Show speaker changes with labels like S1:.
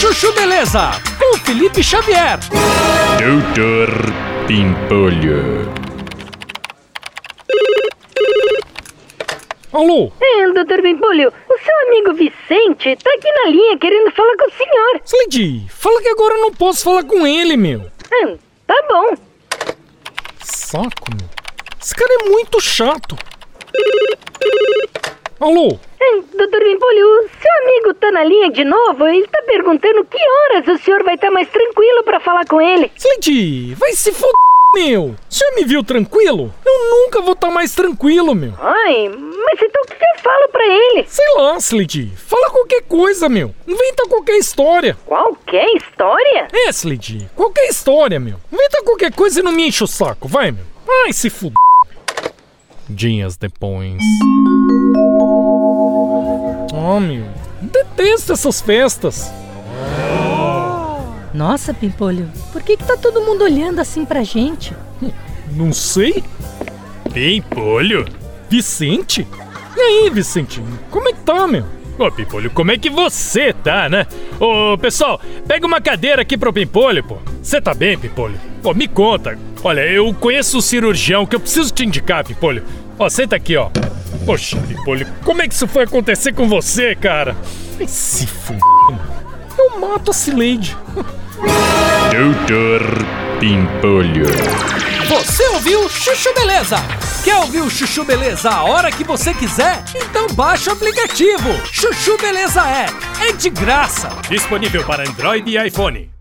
S1: Chuchu Beleza, com Felipe Xavier.
S2: Doutor Pimpolho.
S1: Alô,
S3: É, doutor Bimpolho, o seu amigo Vicente tá aqui na linha querendo falar com o senhor.
S1: Slade, fala que agora eu não posso falar com ele, meu.
S3: Ah, tá bom.
S1: Saco, meu. Esse cara é muito chato. Alô,
S3: É, doutor Bimpolho, o seu amigo tá na linha de novo. Ele tá perguntando que horas o senhor vai estar mais tranquilo pra falar com ele.
S1: Slade, vai se foder, meu. O senhor me viu tranquilo? Eu nunca vou estar mais tranquilo, meu.
S3: Ai, mas então o que eu falo pra ele?
S1: Sei lá, Slade, fala qualquer coisa, meu. Inventa qualquer história.
S3: Qualquer história?
S1: É, Slade, qualquer história, meu. Inventa qualquer coisa e não me enche o saco, vai, meu. Ai, se fud... Dias depois. Oh, meu. Detesto essas festas.
S4: Nossa, Pimpolho, por que, que tá todo mundo olhando assim pra gente?
S1: Não sei.
S2: Pimpolho?
S1: Vicente? E aí, Vicente? Como é que tá, meu?
S2: Ô, Pimpolho, como é que você tá, né? Ô, pessoal, pega uma cadeira aqui pro Pimpolho, pô. Você tá bem, Pimpolho? Ô, me conta. Olha, eu conheço um cirurgião que eu preciso te indicar, Pimpolho. Ó, senta aqui, ó. Poxa, Pimpolho, como é que isso foi acontecer com você, cara?
S1: Ai, se fud... Eu mato a Lady.
S2: Doutor Pimpolho.
S5: Você ouviu Chuchu Beleza? Quer ouvir o Chuchu Beleza a hora que você quiser? Então baixa o aplicativo. Chuchu Beleza é. É de graça.
S2: Disponível para Android e iPhone.